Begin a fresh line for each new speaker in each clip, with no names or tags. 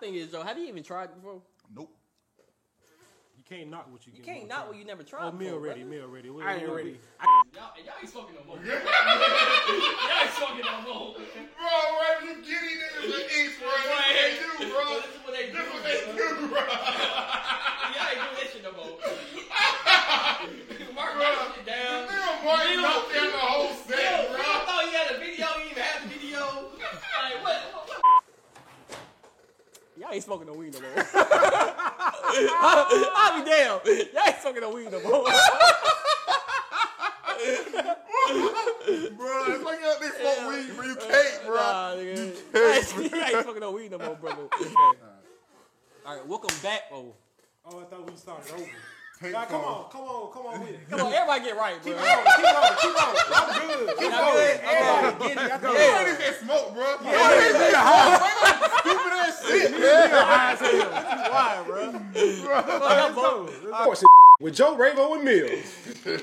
thing is, though, have you even tried before?
Nope.
You can't knock what you,
You
get
can't
one
not
time.
what you never tried.
Oh, me
before,
already,
brother.
me already. We-
I ain't
we-
already.
Y'all, y'all ain't smoking no more. Y'all ain't smoking no more.
Bro, right? You giddy niggas in the East, bro. This is what they do, bro.
This is
This is what
what they do.
they do, bro.
Y'all ain't doing that shit no more. Mark
Bro,
that shit down.
Little Martin out there the whole set,
Yo,
bro.
we thought you had a video. You even had a video. Like what? what- what-
Y'all ain't smoking no weed no more. I'll be damn. Y'all ain't smoking no weed no more.
Bro, it's like out there smoke weed, but you can't, bro.
Nah, nigga. I ain't, I ain't smoking no weed no more, brother. All right, welcome back. Oh,
Oh, I thought we started over.
Take
Nah, come
four.
on, come on, come on with it.
come on, everybody get right, bro.
Keep going, keep going, keep going. I'm good.
I'm good.
Keep going.
I'm good. Get it.
Why
Yeah.
did that smoke, bro?
Fuck, I'm voting.
with Joe Ravo and Mills.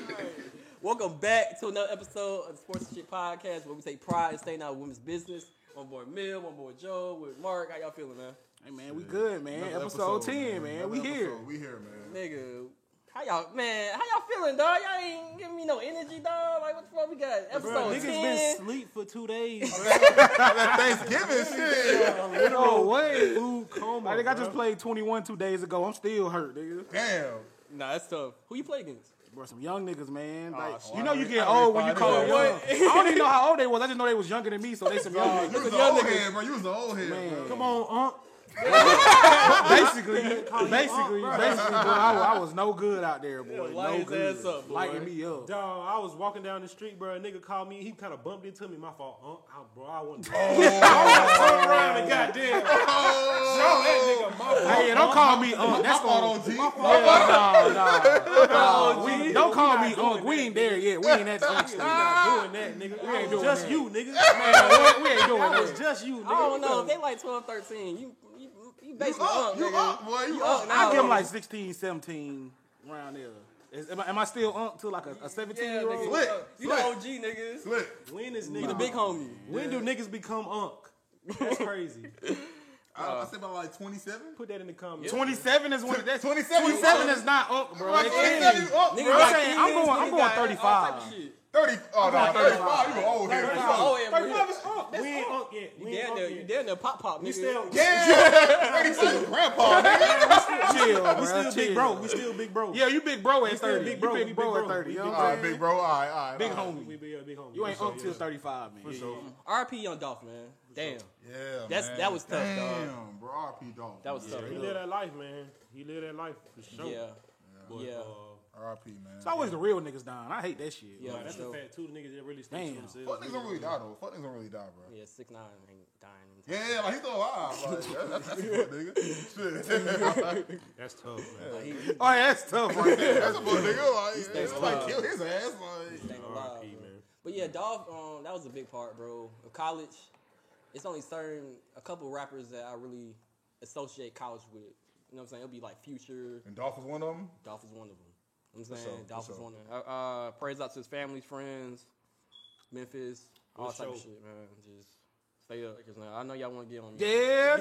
Welcome back to another episode of the Sports and Shit Podcast where we take pride in staying out of women's business. One boy Mill, one boy Joe, with Mark. How y'all feeling, man?
Hey man, we good, man. Episode, ten, man. We
Another
here.
episode. We here, man.
Nigga, how y'all, man, how y'all feeling, dog? Y'all ain't giving me no energy, dog. Like, what the fuck we got?
Bro,
Episode
niggas
10.
been sleep for two days. bro.
Thanksgiving shit.
No way.
Food coma.
I think I just
bro.
played 21 two days ago. I'm still hurt, nigga.
Damn.
Nah, that's tough. Who you play against?
Bro, some young niggas, man. Like,
shit.
you Oh, know you get
I already
old when you
fired
call them
up.
young. I don't even know how old they was. I just know they was younger than me, so they some young
You
niggas.
was an
young
old
nigga.
head, bro. You was an old head,
Man.
bro.
Come on, Unc.
basically,
Call you
basically, basically, boy,
up, bruh.
I, was, I was no good out there, boy.
Yeah, light
no
his
good.
ass up, boy.
Lighting me up.
Dog, I was walking down the street, bro. A nigga called me. He kind of bumped into me. My fault, Unc. I, bro, I wasn't. Oh. I turned around and goddamn. Show
Oh,
that nigga mo.
Hey, yeah, don't call me Unc. That's
Come
gonna
on, G.
no, no, no. We, don't call me Unc. We ain't there yet. We ain't at the Unc stage.
Not doing that, nigga. We ain't doing just
that.
you, nigga.
Man, we, we ain't doing
that was
that.
just you, nigga.
I don't
You
know.
better-
They like 12, 13. You, you, you
You
basically
up,
up,
you
nigga.
up, boy. You
You up
up.
now.
I give him like 16, 17, around there. Is, am, I, am I still Unc to like a- a 17
Yeah,
year old?
nigga.
Slick,
You the
slick.
OG, niggas.
Look,
When is
You
nigga
the big homie.
When do niggas become unk? That's crazy.
I, I said about like 27.
Put that in the comments.
27 is when that's
27 you
27 is not Unc, bro.
Bro,
It
you
is.
said you
Niggas
up, oh, bro.
got
saying, I'm
kids,
going- I'm
niggas
going
got all type of
35.
shit.
30. Oh, no, 35.
35.
You were old head.
Nah, oh, yeah, bro.
35 is Unc. That's
We ain't unk yet. We
You
ain't
down
unk
there, you
yet.
down there, pop pop, nigga.
We still,
Yeah. 32 is
Oh.
grandpa, nigga.
chill, bro.
we still
chill.
big bro. We still big bro.
Yeah, you big bro at
still
30.
big bro,
You
we
big
big
bro at
bro.
30. You know
All
what I'm
right,
saying?
big bro. All right, all right.
Big
all right.
homie.
We be a big homie.
You ain't
For
Unc
sure,
till
yeah.
35, man.
sure.
RP Young Dolph, man. Damn.
Yeah,
That's-
man.
that was tough, dog.
Damn, bro. RP dog.
That was tough.
He live that life, man. He live that life for sure.
Yeah.
But,
Yeah.
Uh,
RP, man.
It's always the real niggas dying. I hate that shit.
Yeah.
nah, that's
So-
a fact. Two niggas that really stay to
Damn.
themselves.
Fuck niggas don't really die, though. Fuck niggas don't really die, bro.
Yeah, six nine ain't dying.
Yeah, yeah, like he's still alive. Like, that's, that's a good nigga. Shit.
That's tough, man.
Like, he, he
Oh, yeah, that's tough right there.
that's a good nigga. Like, it's
alive.
like kill his ass. Like,
ain't alive.
R.I.P.,
bro.
man.
But yeah, Dolph, um, that was a big part, bro. Of college, it's only certain a couple rappers that I really associate college with. You know what I'm saying? It'll be like Future.
and Dolph was one of them.
Dolph is one of them. You know what I'm
sure,
saying?
for
Dolph is
sure.
one of them. Uh, uh, praise out to his family, friends, Memphis, all
For
type of
sure.
shit, man. Just stay up. Cause now I know y'all want to get on me.
Yeah,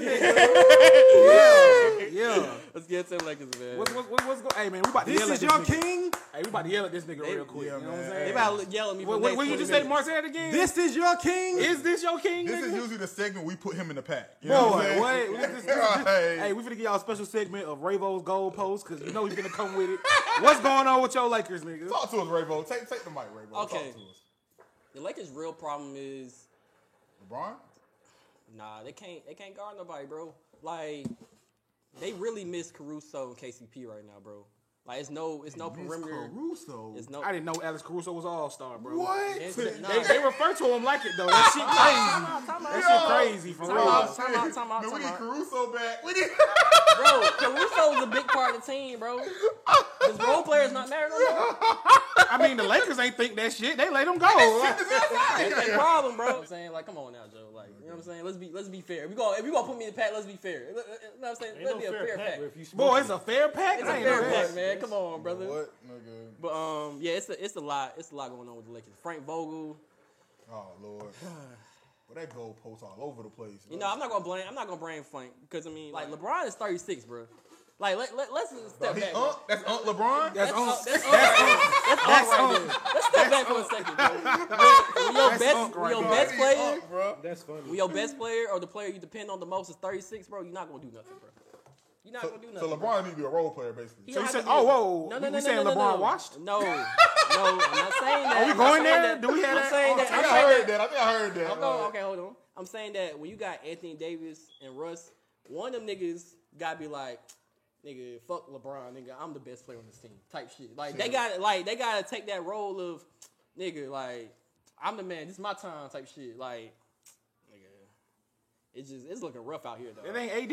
nigga. yeah, yeah.
Let's get to the Lakers, man.
What's, what's, what's, what's go- Hey, man, we about to yell at this nigga.
king.
Hey, we about to yell at this nigga real quick.
yeah,
you know what I'm
man.
saying?
they about to yell at me. for
What,
the
what,
next
what you
20
just say,
minutes.
Marcel, again?
This is your king.
Is this your king,
This is
nigga?
usually the segment we put him in the pack. You know what I'm saying?
Boy, wait. we- this- this- this-
Right.
Hey, we finna give y'all a special segment of Ravo's gold post because you know he's gonna come with it. What's going on with your Lakers, nigga?
Talk to us, Raybo. Take take the mic, Raybo.
Okay.
Talk to us.
The Lakers' real problem is
LeBron?
nah, they can't they can't guard nobody, bro. Like they really miss Caruso and KCP right now, bro. Like it's no it's no perimeter.
Caruso.
It's no.
I didn't know Alex Caruso was all star, bro.
What?
It's,
Yo,
nah,
They, they refer to him like it though. That shit crazy. That shit crazy for
Time
real.
out, time out, time out,
man, we
time
need
out.
Caruso back. We need.
bro, Caruso is a big part of the team, bro. His role players not matter no more.
I mean, the Lakers ain't think that shit. They let him go.
That's their problem, bro. I'm saying like, come on now, Joe. Like, you know what I'm saying? Let's be let's be fair. If you gonna if you gonna put me in the pack, let's be fair. You know what I'm saying?
Ain't
Let's
no
be a
fair,
fair
pack,
pack.
bro, if you
Boy, it's
smoking.
a fair pack.
It's
I
a
ain't
fair
know that.
pack, man. Come on, brother.
What, nigga?
But um, yeah, it's a it's a lot it's a lot going on with the Lakers. Frank Vogel,
Oh Lord. But that goalpost all over the place.
You know, I'm not gonna blame. I'm not gonna blame Frank because I mean, like LeBron is 36, bro. Like let, let let's step
he,
back.
uh,
bro.
that's Unc LeBron.
That's on.
That's Unc right there. That's Unc right there. Let's step back for a second, bro. When your best,
Unc
when
right
your
there.
best player,
Unc, bro.
That's funny.
when your best player or the player you depend on the most is 36, bro, you're not gonna do nothing, bro. You're not
So,
gonna do
so
nothing. bro.
LeBron need to be a role player basically.
He
So
don't
you
have
said-
to be a-
oh,
No,
whoa,
no,
we
no, no,
saying
no, no,
LeBron
no.
washed?
No, no, I'm not saying that. Are
we going there? Do we have
I'm
that? Oh,
saying that.
I
I'm
think I
saying that-
heard that. I think I heard that.
I'm going, okay, hold on. I'm saying that when you got Anthony Davis and Russ, one of them niggas gotta be like, nigga, fuck LeBron, nigga, I'm the best player on this team, type shit. Like they got to like they gotta take that role of, nigga, like I'm the man, this is my time, type shit. Like, nigga, it's just it's looking rough out here
It
though.
ain't AD.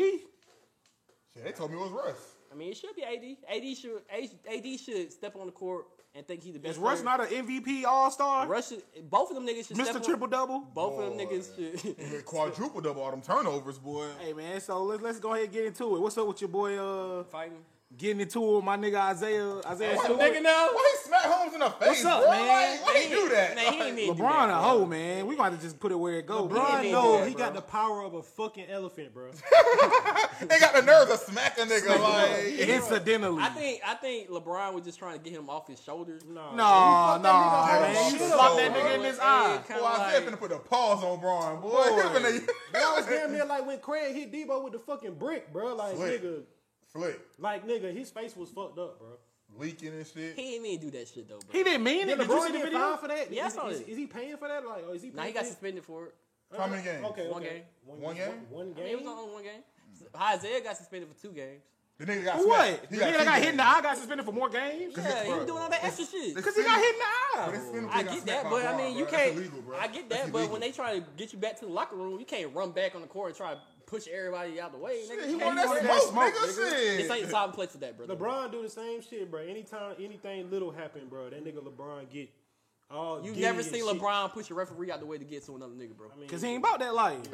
Shit, they told me it was Russ.
I mean, it should be AD. AD should AD should step on the court and think he's the best.
Is Russ
player.
not an MVP All Star?
Russ should, both of them niggas should step
Mr.
on-
Triple Double.
Both of
Boy.
them niggas should.
Yeah, Quadruple double all them turnovers, boy.
Hey man, so let's let's go ahead and get into it. What's up with your boy? Uh,
Fighting.
getting into it, with my nigga Isaiah Isaiah
That
Stewart.
nigga now.
Why he smack Holmes in the face,
What's up,
bro?
man?
Like, why he do that?
Man, he didn't mean to do
LeBron
that,
a
bro.
hoe, man. We gonna have to just put it where it goes.
Yeah,
LeBron
yeah,
knows
yeah,
he got
bro.
the power of a fucking elephant, bro.
they got the nerve to smack a nigga like.
Incidentally.
I think I think LeBron was just trying to get him off his shoulders.
No.
No,
You fucked
no,
that nigga up. Shit
man. You slapped that
up,
nigga in his eye.
Boy, I said finna put a pause on Braun, boy.
That was
boy.
damn near like when Craig hit Debo with the fucking brick, bro. Like
Slick.
nigga,
Flick
like nigga, his face was fucked up, bro.
leaking and shit.
he didn't mean to do that shit though, bro.
He didn't mean it.
Did
Did you see
LeBron
the
get
video?
fined for that?
Yeah, I
is,
saw
is,
it.
is he paying for that? Like, or is he?
now he
paying
got
for it?
suspended for it.
How many games?
Okay,
One
okay.
game.
One game?
One
I mean, it was
game.
only one game.
Mm.
So, Isaiah got suspended for two games.
The nigga got
For what?
smacked.
The
He
nigga that
two
got
games.
hit in the eye got suspended for more games?
Yeah, he
bro,
was doing all that extra shit.
this-
Because he got hit in the
But
eye.
it's finna-
I
they got
get
smacked
that,
by
but I
Braun,
mean, you
bro.
can't.
That's illegal, bro.
I get
That's
that, but when
illegal.
they try to get you back to the locker room, you can't run back on the court and try to push everybody out the way. Nigga,
he
You
wanted
can't
that
do all that.
smoke,
smoke,
nigga.
This
Shit.
ain't the time and place for that, bro.
LeBron do the same shit, bro. Anytime anything little happen, bro, that nigga LeBron get all.
You
giddy
never
and
seen
shit.
LeBron push a referee out the way to get to another nigga, bro.
I mean,
Because he ain't about that life.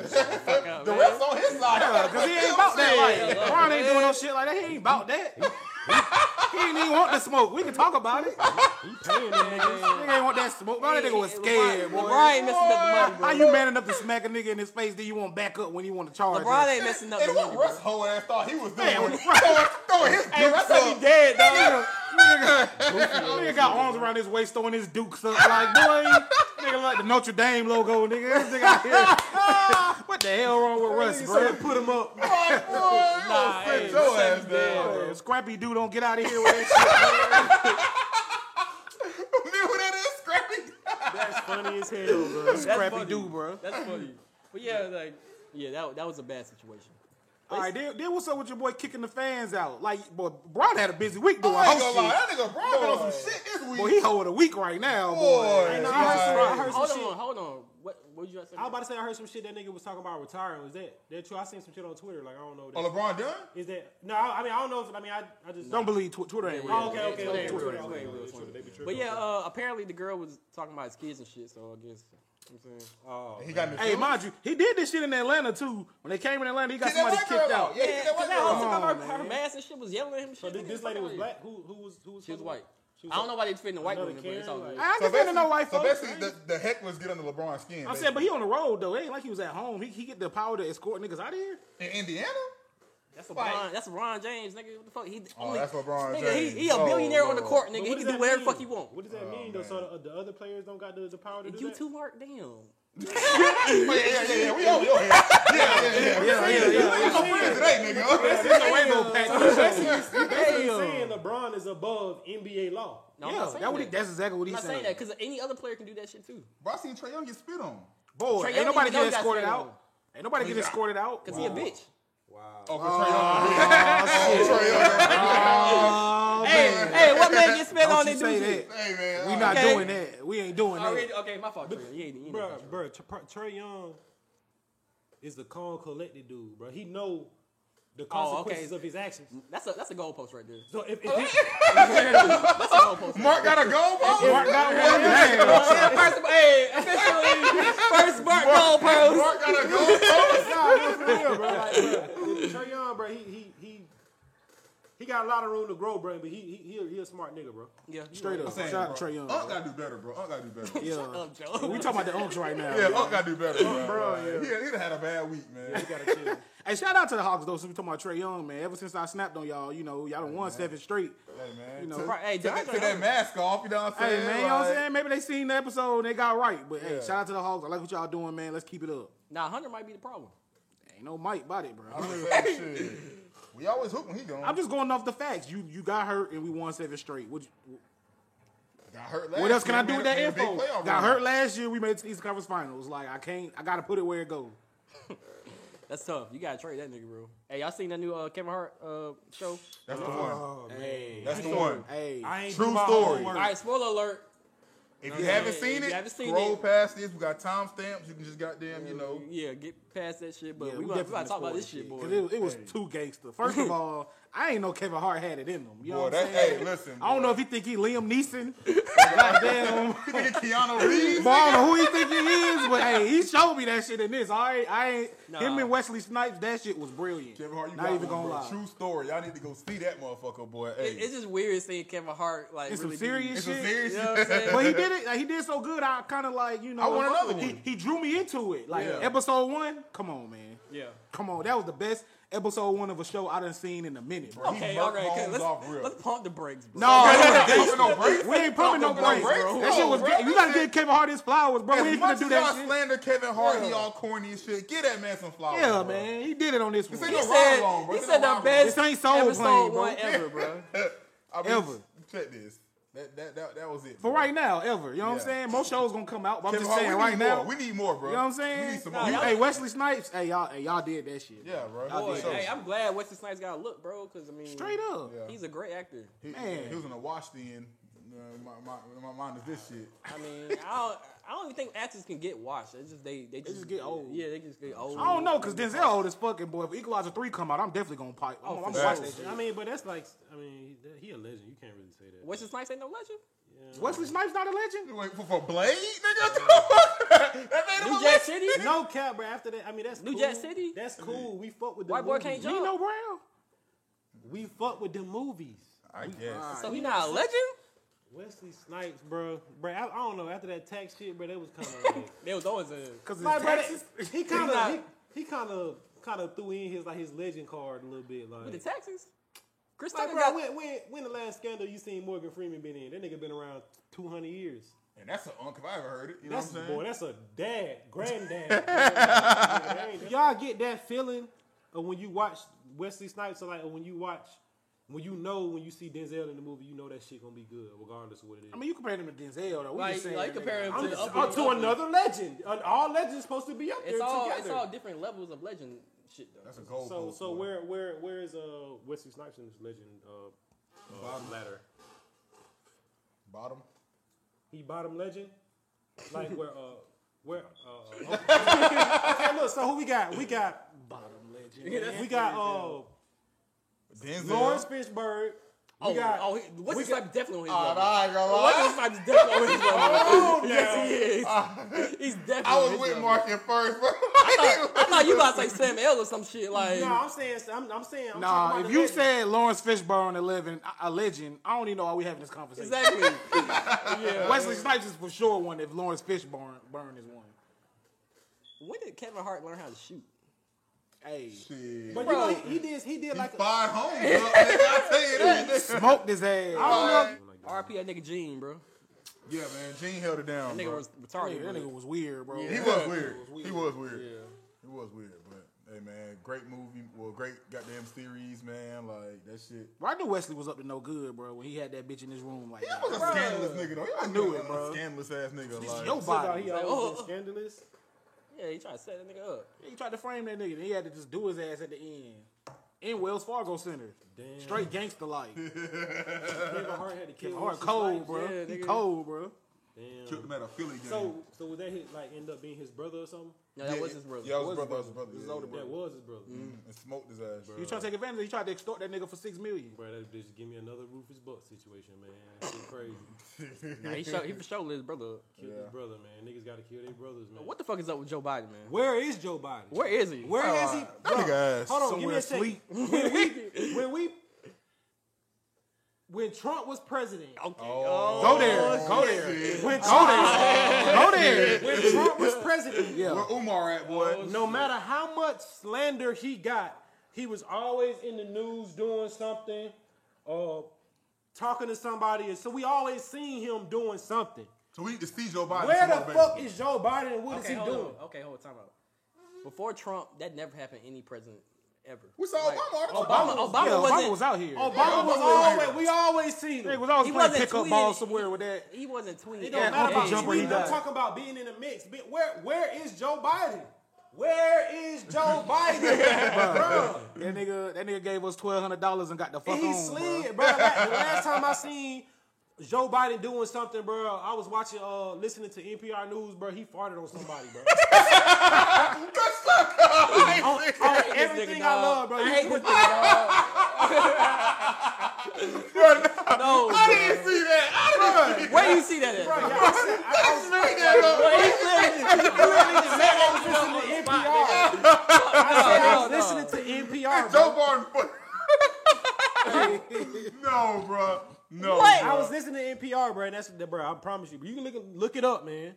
Fuck out,
The
man.
refs on his side.
Because he ain't about that life.
Yeah,
LeBron ain't doing no shit like that. He ain't about that. He didn't even want the smoke. We can talk about it.
he paying them niggas.
Nigga ain't want that smoke. Bro, that nigga was
LeBron-
scared, boy.
LeBron ain't messing up the money, bro.
How you man enough to smack a nigga in his face? Then you want back up when you want to charge?
LeBron
him?
ain't messing up
And
the
what
money, bro.
Russ whole ass thought he was doing?
Man,
Throwing,
Russ-
throwing his dukes up.
dead,
Nigga, nigga, nigga got arms around his waist throwing his dukes up like boy. Nigga like the Notre Dame logo, nigga. This nigga out here. what the hell wrong with Russ, bro?
Put him up.
Like, boy, you
Nah,
gonna sit
hey,
your
Russ
ass
ain't
down.
Yeah, Scrappy dude, don't get out of here with that
You knew who that is, Scrappy?
That's funny as hell, bro.
shit.
That's
Scrappy
funny.
dude, bro.
That's funny. But yeah, like yeah, that that was a bad situation.
All right, then, then what's up with your boy kicking the fans out? Like, boy, Braun had a busy week doing
I ain't gonna
whole
lie,
shit.
that nigga Braun been on some shit this week.
Boy, he holding a week right now,
Boy.
boy.
Hey, no, I heard some,
Right.
I heard some
Hold
shit.
on, hold on. What what did you say?
I was about to say I heard some shit that nigga was talking about retiring. Was that that true? I seen some shit on Twitter. Like I don't know.
Oh,
That,
LeBron done?
is that no? I I mean I don't know. If, I mean I I just
Don't believe Tw- Twitter ain't real.
Oh, okay, okay,
Twitter
okay.
ain't
Twitter,
real, Twitter
okay,
ain't
okay,
real,
Twitter, they be
But
tripping.
yeah, uh, apparently the girl was talking about his kids and shit. So I guess you know what I'm saying.
He got new
Hey,
shoes?
mind you, he did this shit in Atlanta too. When they came in Atlanta, he got
Get that
somebody
white girl
kicked out.
Yeah,
yeah,
get that white
because that
girl
hoe took
out.
off her, her Oh, mask and shit was yelling at him.
So
Shit,
this,
nigga,
this
fuck
lady
out
was
here.
black. Who who was who was?
She was
fucking?
white.
She was
I don't
white.
know why they defend the white
Another
woman, but it's all
Karen,
good.
like-
I
So
understand
basically,
to know white
so
folks.
basically the, the heck was get under LeBron's skin.
I said, but he on the road though. It ain't like he was at home. He, he get the power to escort niggas out of here.
in Indiana?
That's
Like-
LeBron. That's LeBron James, nigga. What the fuck? He
Oh,
only,
that's LeBron
nigga,
James.
He, he a
Oh,
billionaire on the
Lord.
court,
But
nigga.
what
He
does
can do
that
whatever
mean?
the fuck he want.
What does that mean though? So
Oh,
the, the other players don't got the, the power to do
You
that.
two work, damn.
Oh, yeah, yeah, yeah, yeah. We on your head. Yeah, yeah, yeah. Yeah, yeah, yeah. We some friends today, nigga.
It's a rainbow patch.
Basically saying LeBron is above NBA law.
No, I'm
Yeah,
not saying
that what he,
that.
that's exactly what
I'm
he's
not
saying.
saying that because any other player can do that shit too.
Bro, I seen Trae Young get spit on.
Boy,
Trae
ain't
Young
nobody
even know he
get
got
escorted
spit
out.
on.
Ain't nobody get escorted out.
Cause he a bitch.
Oh, for Trae Young. Oh, Trae Young.
Hey, hey, what man get spit
Don't
on
you
and do
say
shit?
that.
Hey, man. all
We not
right.
Okay.
doing that. We ain't doing
Already,
that.
Oh, okay, my fault. Trey. You ain't- you ain't
Bro,
no control.
bro, Trey Young is the calm, collected dude, bro. He know the
Oh,
consequences of his actions.
That's a that's a goalpost right there.
So if, if he,
That's a goalpost.
Uh, Mark got a goal, bro?
Mark got one. Hey,
Yeah, first, hey, officially, first Bart goalpost.
Mark got a goal, bro?
Nah, that's real, bro. Like, bro, Trae Young, bro, he he he He got a lot of room to grow, bro. But he he he a, he a smart nigga, bro.
Yeah,
Straight up.
saying,
Shout out
bro,
to Trey Young.
Unc
bro.
gotta do better, bro. Unc gotta do better.
Yeah.
yeah,
Up, Joe.
We talking about the Unks right now.
Unc gotta do better, bro.
Bro,
He, he'd have had a bad week, man.
He gotta chill.
Hey, shout out to the Hawks though. Since we talking about Trey Young, man. Ever since I snapped on y'all, you know, y'all done won seven straight.
Hey, man.
You know,
took-
right, hey,
took that-
DeAndre
took that
Hunter-
mask off, you know what I'm
Hey
saying?
man, you know what I'm
Like,
saying? Maybe they seen the episode and they got right. But hey,
Yeah.
shout out to the Hawks. I like what y'all doing, man. Let's keep it up.
Now Hunter might be the problem.
Ain't no Mike about it, bro.
I'm just saying, shit. We always hook when he gone.
I'm just going off the facts. You you got hurt and we won seven straight. What, you-
got hurt last
what else can
year,
I do
man.
with that
It was a big
info?
playoff
Got
run.
hurt last year. We made it to the Eastern Conference Finals. Like I can't. I gotta put it where it goes.
That's tough. You gotta trade that nigga, bro. Hey, y'all seen that new uh, Kevin Hart uh, show?
That's the one.
Oh, man.
Hey.
That's the one.
Hey,
I ain't
True
do my
story.
homework.
All right, spoiler alert.
If you haven't
yeah,
seen
if
it,
you haven't seen
scroll
it-
past this. We got timestamps. You can just goddamn, you know.
Yeah, get past that shit. But
Yeah,
we,
we
gonna, we
definitely
about to talk about this shit,
spoiled it.
boy.
'Cause It, it was too gangster. First of all, I ain't know Kevin Hart had it in him. You know
Boy,
what I'm
that-
saying?
hey, listen,
I don't
boy.
know if he think he Liam Neeson. Goddamn.
You think it's Keanu Reeves?
But I don't know who he think he is, but hey, he showed me that shit in this. All right, I ain't him
Nah.
and Wesley Snipes. That shit was brilliant.
Kevin Hart, you
Not
got one,
even gonna
bro.
lie.
True story. Y'all need to go see that motherfucker, boy. Hey,
It- it's just weird seeing Kevin Hart like
It's some
really be-
serious
it's
shit.
a serious.
You know what I'm saying?
But he did it. Like, he did so good. I kind of like you know.
I want another
he,
one.
he drew me into it. Like
Yeah.
episode one. Come on, man.
yeah.
Come on. That was the best episode one of a show I done seen in a minute, bro.
He
Okay,
bucked
all right. okay,
Holmes off
Let's,
real.
let's pump the brakes, bro.
No,
Hey,
we
hey,
ain't-
hey, pumping no brakes.
we ain't pumping no
Pumping no
brakes, bro.
brakes?
That shit was.
No,
good.
bro.
You gotta give Kevin Hart his flowers, bro. We
As
ain't
much
gonna do
as y'all
that shit.
slander Kevin Hart, he
Yeah.
all corny and shit. Get that man some flowers.
Yeah,
bro.
man. He did it on this one.
ain't
he
no
said,
ride-along, bro.
he
This
said
ain't no
the
ride-along.
best
This ain't soul
episode
plane, bro.
one ever, bro.
I mean,
Ever.
Check this. That that that, that was it.
For
bro.
right now, ever. You know what
Yeah.
I'm saying? Most shows gonna come out, but I'm
Kevin
just
Hart,
saying
we need
right
more.
now.
we need more, bro.
You know what I'm
We
saying?
need some
Nah,
more.
You-
y'all-
hey, Wesley Snipes. Hey, y'all, hey, y'all did that shit.
yeah, bro.
Y'all
Boy,
did that
hey,
shit.
I'm glad Wesley Snipes got a look, bro. Because I mean,
Straight up.
Yeah.
he's a great actor.
He,
Man.
he was in a wash then. Uh, my, my, my mind is this shit.
I mean, I don't, I don't even think actors can get washed. It's just they they just,
just get old.
Yeah, they just get old.
I don't know, cause Denzel old as fuck, and boy, if Equalizer three come out, I'm definitely gonna pipe. I'm,
Oh,
I'm
for
gonna watch
sure.
that shit.
I mean, but that's like, I mean, he- he a legend. You can't really say that.
Wesley Snipes ain't no legend.
Wesley Snipes not a legend.
Wait, for, for Blade? Nigga, that made him
New
a
Jack
legend.
City.
No cap, bro. After that, I mean, that's
New
cool.
Jack City?
That's cool. We fuck with the
White boy
movies.
can't jump.
Nino Brown.
We fuck with the movies.
I guess.
So he not a legend.
Wesley Snipes, bro. Bro, I, I don't know. After that tax shit, bro, that was kind of like,
There was always a.
Cause
like
it's
bro,
Texas.
that- he kind of
not-
he, he kind of kind of threw in his like his legend card a little bit, like.
With the Texans? Chris
like,
Tucker
bro,
got
when, when, when the last scandal you seen Morgan Freeman been in? That nigga been around 200 years.
And that's an unk if I ever heard it. You know
That's
what I'm saying?
boy, that's a dad, granddad. That ain't- Y'all get that feeling of when you watch Wesley Snipes, or like or when you watch, when you know when you see Denzel in the movie, you know that shit gonna be good, regardless of what it is.
I mean, you compare him to Denzel though. We
Like-
just saying,
like,
nigga.
compare him
I'm
to
just-
the upper-
Oh, to another legend. Uh, All legends supposed to be up there
it's all
together.
it's all different levels of legend shit though.
That's a gold.
so,
post,
so
boy.
where, where, where is uh Wesley Snipes in this legend uh, uh, ladder?
Bottom.
He bottom legend, like where, uh, where? Uh, okay, look, so who we got? We got
bottom legend.
we got uh.
Denzel.
Lawrence Fishburne.
oh,
We got.
oh, he- what's his type definitely on his
All
level?
right, all right.
What's his type definitely on his level?
Oh,
Yes, he is. He's definitely.
I
on
was
his
with
level.
Mark at first, bro.
I thought you about to say Sam L or some shit like.
No, I'm saying. I'm, I'm saying. I'm
Nah,
talking
if
about
you
the legend.
said Lawrence Fishburne a legend, a legend, I don't even know why we having this conversation.
Exactly.
Wesley Snipes is for sure one. If Lawrence Fishburne Burn is one.
when did Kevin Hart learn how to shoot?
Hey,
Shit.
but you know, he, he did. He did
He
like. a-
fired home, bro. Nigga, I tell you that. nigga.
smoked his ass.
I don't know.
RP that nigga Gene, bro.
Yeah, man. Gene held it down.
Nigga
bro.
was
That
retarded.
nigga- Oh, that
bro.
nigga was weird, bro.
He was weird. He was weird. He was weird, but hey man, great movie. Well, great goddamn series, man. Like that shit.
Bro, I knew Wesley was up to no good, bro, when he had that bitch in his room like
That was a
that.
scandalous nigga though. I
knew
knew
it,
it,
bro.
A scandalous ass nigga. Like,
Yo,
Since how
body.
He
Like,
always
oh.
been scandalous.
Yeah, he tried to set that nigga up.
he tried to frame that nigga. Then he had to just do his ass at the end. In Wells Fargo Center.
Damn.
Straight gangster like.
Kevin Hart had to kill.
Hard
Wesley
cold,
Snipes.
bro.
yeah,
he
nigga.
cold, bro.
killed him at a Philly game.
So, so would that hit, like end up being his brother or something?
No, that
Yeah,
was his brother.
Yeah, that was
Was
his brother. Was
his
his brother.
His
yeah,
older
yeah.
brother. Mm-hmm.
That was his brother.
And smoked his ass, bro.
You trying to take advantage of it. He tried to extort that nigga for six million.
Bro, that just give me another Rufus Buck situation, man. That shit crazy.
Nah, he, show, he for sure lit his brother. up.
Kill his brother, man. Niggas gotta kill their brothers, man.
What the fuck is up with Joe Biden, man?
Where is Joe Biden?
Where is he?
Where is he?
That nigga ass.
Hold on,
Somewhere
give me a second.
asleep.
When we, when we when Trump was president.
Okay.
Oh,
Go there. Go there. When Go there. Go there.
When Trump was president,
Yeah.
Where Umar at, boy?
Oh,
no matter how much slander he got, he was always in the news doing something or talking to somebody. And so we always seen him doing something.
So we need to see Joe Biden.
Where
tomorrow,
the fuck is Joe Biden and what is
Okay,
he
hold
doing?
on. Okay, hold on. Time out. Before Trump, that never happened to any president ever.
We saw
Like,
Obama.
Obama, Obama,
Yeah, Obama
wasn't.
was out here.
Obama was
Obama was
always, we always seen
He
him.
was always
He
playing
wasn't
pickup
tweeting.
ball somewhere with that.
He wasn't tweeting.
It don't
Yeah,
matter
Uncle
about
Jumper,
tweets.
he
I'm
died.
talking about being in the mix. Be- Where, where is Joe Biden? Where is Joe Biden, bro?
That nigga, that nigga gave us twelve hundred dollars and got the fuck
And he
on. bro.
slid, bro. Like, the last time I seen Joe Biden doing something, bro, I was watching, uh, listening to NPR news, bro. He farted on somebody, bro. on, on everything I love, bro.
I
You-
hate this nigga, dog. no,
I didn't see that. I didn't see
where you see that at?
Bro, y'all said- I- I was-
that.
Bro, he clearly- he clearly just said that was
I was
on
listening
the
to
spot, nigga.
NPR. I said I was listening to NPR, bro.
Joe Biden. no, bro. No.
What?
bruh.
I was listening to NPR, bro, and that's the bro. I promise you, you can look it- look it up, man.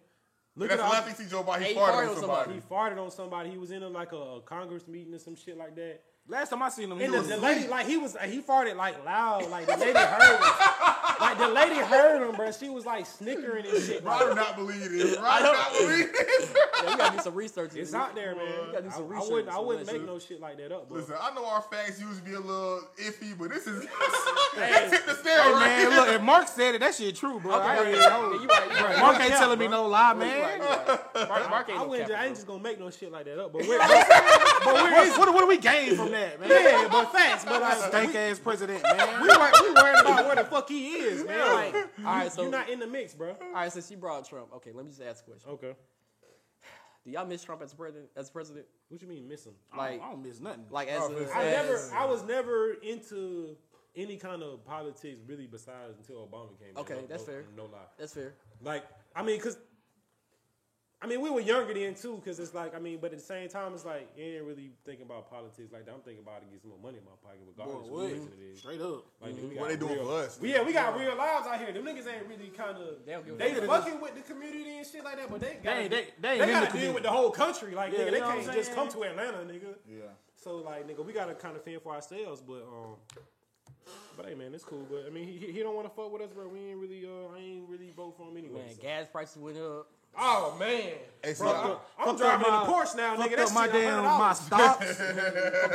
Look
That's
it
the last
up.
thing you see Joe Biden.
Hey,
He
he
farted
farted
on
on
somebody.
He farted on somebody. He was in a, like a, a Congress meeting or some shit like that.
Last time I seen him, he
And the,
was
the lady, like he was, he farted like loud, like the lady heard him. Like the lady heard him, bro. She was like snickering and shit.
Bro, I do not believe this. Bro, I do not believe this.
Yeah, we gotta do some research.
It's out there,
We
man.
gotta do
I,
some
I
research.
wouldn't, I
on
wouldn't
that
make
shit.
no shit like that up, bro.
Listen, I know our facts usually be a little iffy, but this is that's hit the stair
Hey
right
man,
here.
look, if Mark said it, that shit true, bro. I
Okay,
already
yeah,
know.
you right, you right.
Mark ain't telling me no lie, man.
Mark, Mark ain't
I
no
wouldn't. ju-
Captain,
I ain't
bro.
just gonna make no shit like that up. But we're, but we're
What, what, what do we gain from that, man?
yeah, but facts. But like,
Stank ass president, man.
we wor- we worried about where the fuck he is, man. Like,
All right, so
you're not in the mix, bro.
all right, since you brought Trump, okay, let me just ask a question.
Okay.
Do y'all miss Trump as president? As president,
What you mean miss him?
I
like,
don't, I don't miss nothing.
like as,
Oh,
a,
I
I
as-
never, I was never into any kind of politics really, besides until Obama came. in.
Okay,
No-
that's
no-
fair.
No lie.
That's fair.
Like, I mean, cause, I mean, we were younger then too, cause it's like, I mean, but at the same time, it's like you ain't really thinking about politics like that. I'm thinking about to get some more money in my pocket, regardless of
Boy,
what
what?
reason it is.
Straight up.
What
Like, we got
Mm-hmm. they doing
real-
for us?
We- Yeah, we got real lives out here. Them niggas ain't really kind of
They don't give a
they
fuck.
fucking with the community and shit like that, but they got
ain't- they- they ain't in
gotta
the
deal
community.
with the whole country. Like,
Yeah,
nigga,
you
they
know what
can't
I'm
just
saying?
come to Atlanta, nigga.
Yeah.
So like, nigga, we gotta kind of fend for ourselves, but um, but hey, man, it's cool. But I mean, he, he- he don't want to fuck with us, bro. We ain't really, uh, I ain't really vote for him anyway.
man,
so.
gas prices went up.
Oh man,
Hey, so
bro,
I-
I'm, I'm
fucked
driving in
up
a
my-
Porsche now, nigga.
Fucked
That's
up my damn my stocks.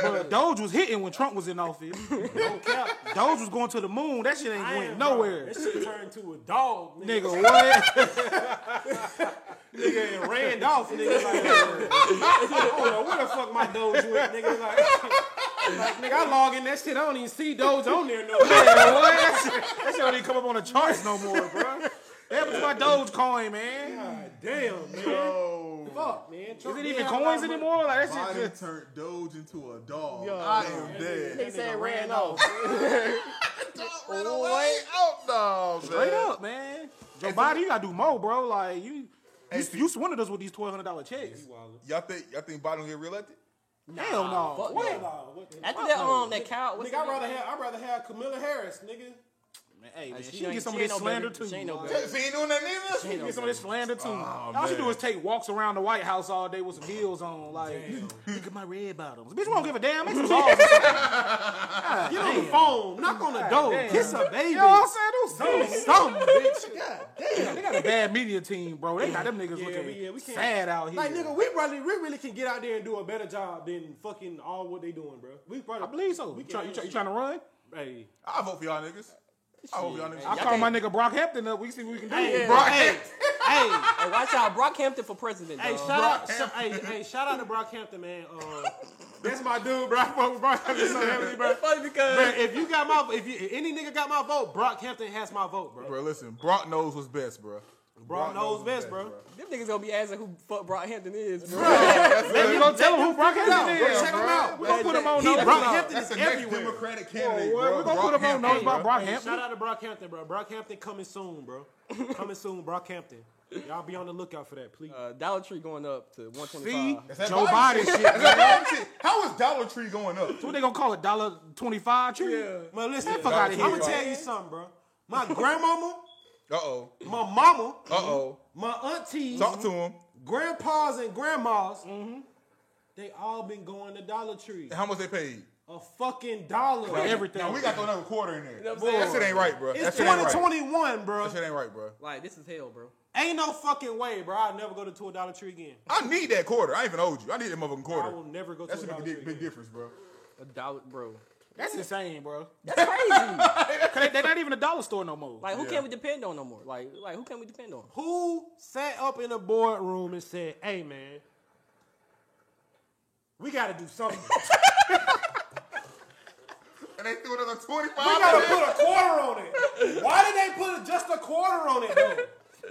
Bro, Doge was hitting when Trump was in office. Doge was going to the moon. That shit ain't going nowhere.
That shit turned to a dog, nigga.
Nigga, what?
nigga and ran off, nigga. Like, I don't know where the fuck my Doge went, nigga. Like, like, nigga, I log in that shit. I don't even see Doge on there no more.
Yeah, what? That shit, that shit don't even come up on the charts no more, bro. That was my Doge coin, man.
God damn, man.
Yo.
Fuck, man.
Is it even coins anymore? Like that shit.
Biden turned Doge into a dog. I am dead.
They said ran off.
Right away, out dog, man.
Straight up, man. Joe Biden, you gotta do more, bro. Like you, you,
see-
you swindled us with these twelve hundred dollar checks.
Y'all think y'all think Biden will get reelected?
Hell no.
fuck
What?
no.
What? the-
After that, um, that cow.
Nigga, I'd rather have I'd rather have Camilla Harris, nigga.
Man, hey, man,
she
she, can
ain't-
get some
she
of this
ain't no
slander
baby.
too.
She ain't no
Like,
baby.
She ain't doing nothing either.
ain't no
Get some of this slander too. all
man.
she do is take walks around the White House all day with some heels on. Like, look at my red bottoms. Bitch, we don't give a damn. Make some balls. or something. God
Get on
damn.
the phone, knock on the door,
damn.
kiss a baby.
You know what I'm saying? Do something.
Something, bitch.
They got a bad media team, bro. They got them niggas
Yeah,
looking
we- yeah, we can't-
sad out here.
Like nigga, we probably we really can get out there and do a better job than fucking all what they doing, bro. We probably
I believe so.
We
You, try, you, try, you
can-
trying to run?
Hey,
I vote for y'all niggas. I vote for y'all niggas.
I
Y'all
call my
can't-
nigga Brock Hampton up. We see what we can do.
Hey,
Brock
hey, hey,
Hey, watch out, Brockhampton for president.
hey,
Uh,
dog.
shout out, shout, hey, hey, shout out to Brockhampton, man. Uh, that's my dude, bro. I fuck with Brockhampton so heavily, bro.
It's funny because
Bro, If you got my, if you, if any nigga got my vote, Brockhampton has my vote, bro.
Bro, listen, Brock knows what's best, bro.
Brock knows
what's
best, bro.
them niggas gonna be asking who fuck Brockhampton is. Bro.
Maybe you gonna tell him who Brock
out,
Hampton
bro.
is.
Check him
bro.
out.
We gonna put him on
He-
notice.
Brock
about-
Hampton
That's
is
the next
everywhere.
Democratic candidate,
Whoa,
bro.
we gonna put him on notice about Brock
Hey,
Hampton.
shout out to Brockhampton, bro. Brockhampton coming soon, bro. Coming soon, Brockhampton. Y'all be on the lookout for that, please.
Uh, Dollar Tree going up to one twenty
See,
five.
that
Joe
Biden
Biden shit. man.
How is Dollar Tree going up?
What they gonna call it? Dollar twenty five tree?
Man, listen,
fuck outta here,
I'm gonna
bro.
tell you something, bro. My grandmama,
Uh oh.
my mama,
Uh oh.
my aunties,
Talk to him.
grandpas and grandmas, they all been going to Dollar Tree.
How much they paid?
A fucking dollar.
For everything.
Now we got to throw another quarter in
what
there.
I'm saying?
that shit ain't right, bro. that
It's
shit ain't right.
2021, bro.
That shit ain't right, bro.
Like this is hell, bro.
Ain't no fucking way, bro. I'll never go to- to a Dollar Tree again.
I need that quarter. I ain't even owed you. I need that motherfucking
I
quarter.
will never go to
That
a
should
Dollar
make a big,
Tree
big
again.
difference, bro.
A dollar, bro.
That's insane, bro.
That's crazy.
Cause they, are not even a dollar store no more.
like who
Yeah.
can we depend on no more? Like like who can we depend on?
Who sat up in the boardroom and said, hey, man, we got to do something.
And they threw another 25
We gotta put a quarter on it. Why did they put just a quarter on it though?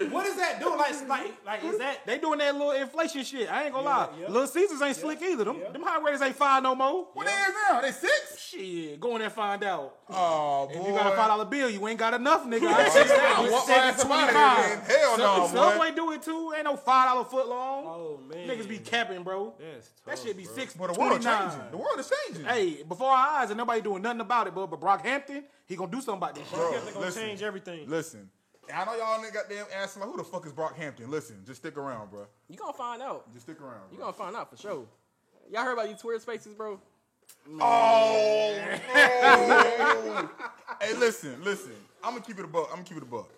What does that do? Like, like, like is that?
They doing that little inflation shit. I ain't gonna lie.
yeah.
Little Caesars ain't slick either. Them,
yeah.
them high rates ain't five no more.
What they is now? They six?
Shit, go in there and find out.
Oh, boy.
If you got a five dollar bill, you ain't got enough, nigga. I
Shit,
ain't
I want my ass up out of here, man. Hell no, boy.
Subway do it too. Ain't no five dollar foot long.
Oh man,
Niggas be capping, bro.
That's
That
tough,
shit be
bro.
six
But the world is
29.
changing. The world is changing.
Hey, before our eyes, and nobody doing nothing about it, but but Brockhampton, he gonna do something about this. shit.
Bro,
They gonna change everything.
Listen, I know y'all nigga goddamn asking like, who the fuck is Brockhampton? Listen, just stick around, bro.
You gonna find out.
Just stick around.
You
Bro.
gonna find out for sure. Y'all heard about these Twitter spaces, bro?
Oh, no. hey, listen, listen. I'm gonna keep it a buck. I'm gonna keep it a buck.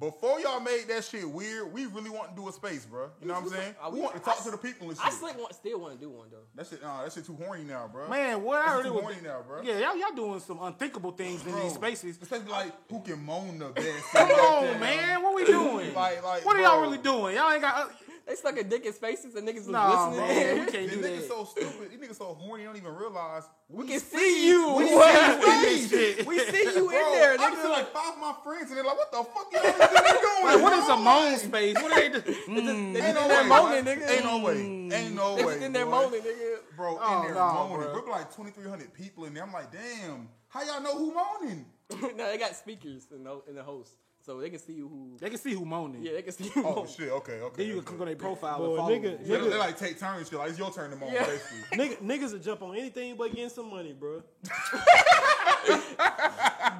Before y'all made that shit weird, we really want to do a space, bro. You know what I'm saying?
Are
we,
we-
want to
I
talk
s-
to the people and shit.
I slick want, still want to do one though.
that shit, nah, that shit too horny now, bro.
Man, what I
That's
heard
too
it was.
horny now, bro.
Yeah, y'all, y'all doing some unthinkable things in these spaces.
Especially Oh. like who can moan the best.
Come on, man. What we doing?
Like- like,
what are y'all
bro.
really doing? Y'all ain't got. uh,
They stuck a dick in spaces and niggas was
Nah,
listening.
man, we
These
can't do
niggas
that.
so stupid. These niggas so horny. They don't even realize
we can see you. We,
This
see
shit.
you in
Bro,
there,
I see
nigga.
like five of my friends, and they're like, "What the fuck y'all niggas doing?"
Like, what is
bro?"
a moan space? What are they do?
They just- they
Ain't
just
no
in
way,
there moaning,
bro.
nigga.
Ain't no
Mm.
way. Ain't no
They
way.
just in there
boy.
moaning, nigga.
bro.
Oh,
in there
nah,
moaning.
bro.
Bro. like twenty three hundred people in there. I'm like, damn. How y'all know who moaning?
no, they got speakers in the, in the host, so they can see who.
They can see who moaning.
Yeah, they can see who.
Oh
moaning.
shit. Okay. Okay.
Then you can
okay.
click on their profile
Boy,
and follow
nigga,
them.
They, they like take turns and shit. Like it's your turn to moan.
Yeah.
Basically.
Nigga, niggas will jump on anything but getting some money, bro.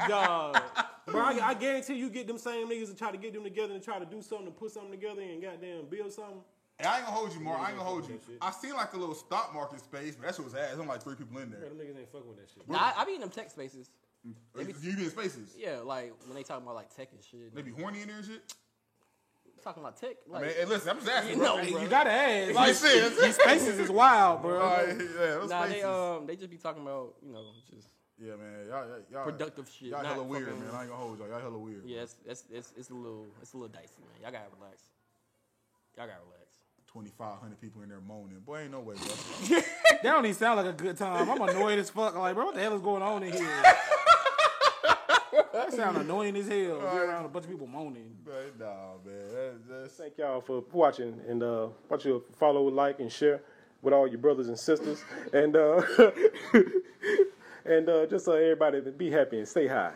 Dog.
Bro, I, I guarantee you get them same niggas and try to get them together and try to do something to put something together and goddamn build something.
And I ain't gonna hold you, Mark. I ain't gonna hold you. I seen like a little stock market space, but that shit was ass. I'm like three people in
Bro,
there.
them niggas ain't fucking with that shit.
Nah, I, I be in them tech spaces.
You be in spaces.
Yeah, like when they talk about like tech and shit.
They be horny in there and shit.
talking about tech,
I
like
mean, hey, listen, I'm just asking.
you
bro.
know, bro.
You gotta ask.
Like
Like,
shit.
these spaces is wild, bro.
Like, yeah, those
nah, they
spaces.
um, they just be talking about you know just
Yeah, man. Y'all, y'all, y'all
productive shit.
Y'all
not
hella weird,
fucking-
man. I ain't gonna hold y'all. Y'all hella weird.
Yeah, it's, it's it's it's a little it's a little dicey, man. Y'all gotta relax. Y'all gotta relax.
Twenty five hundred people in there moaning. Boy, ain't no way, bro.
That don't even sound like a good time. I'm annoyed as fuck. Like, bro, what the hell is going on in here? That sound annoying as hell. Be around a bunch of people moaning.
But nah, man. That's, that's
Thank y'all for watching and uh, want you to follow, like, and share with all your brothers and sisters, and uh, and uh, just so everybody to be happy and stay high.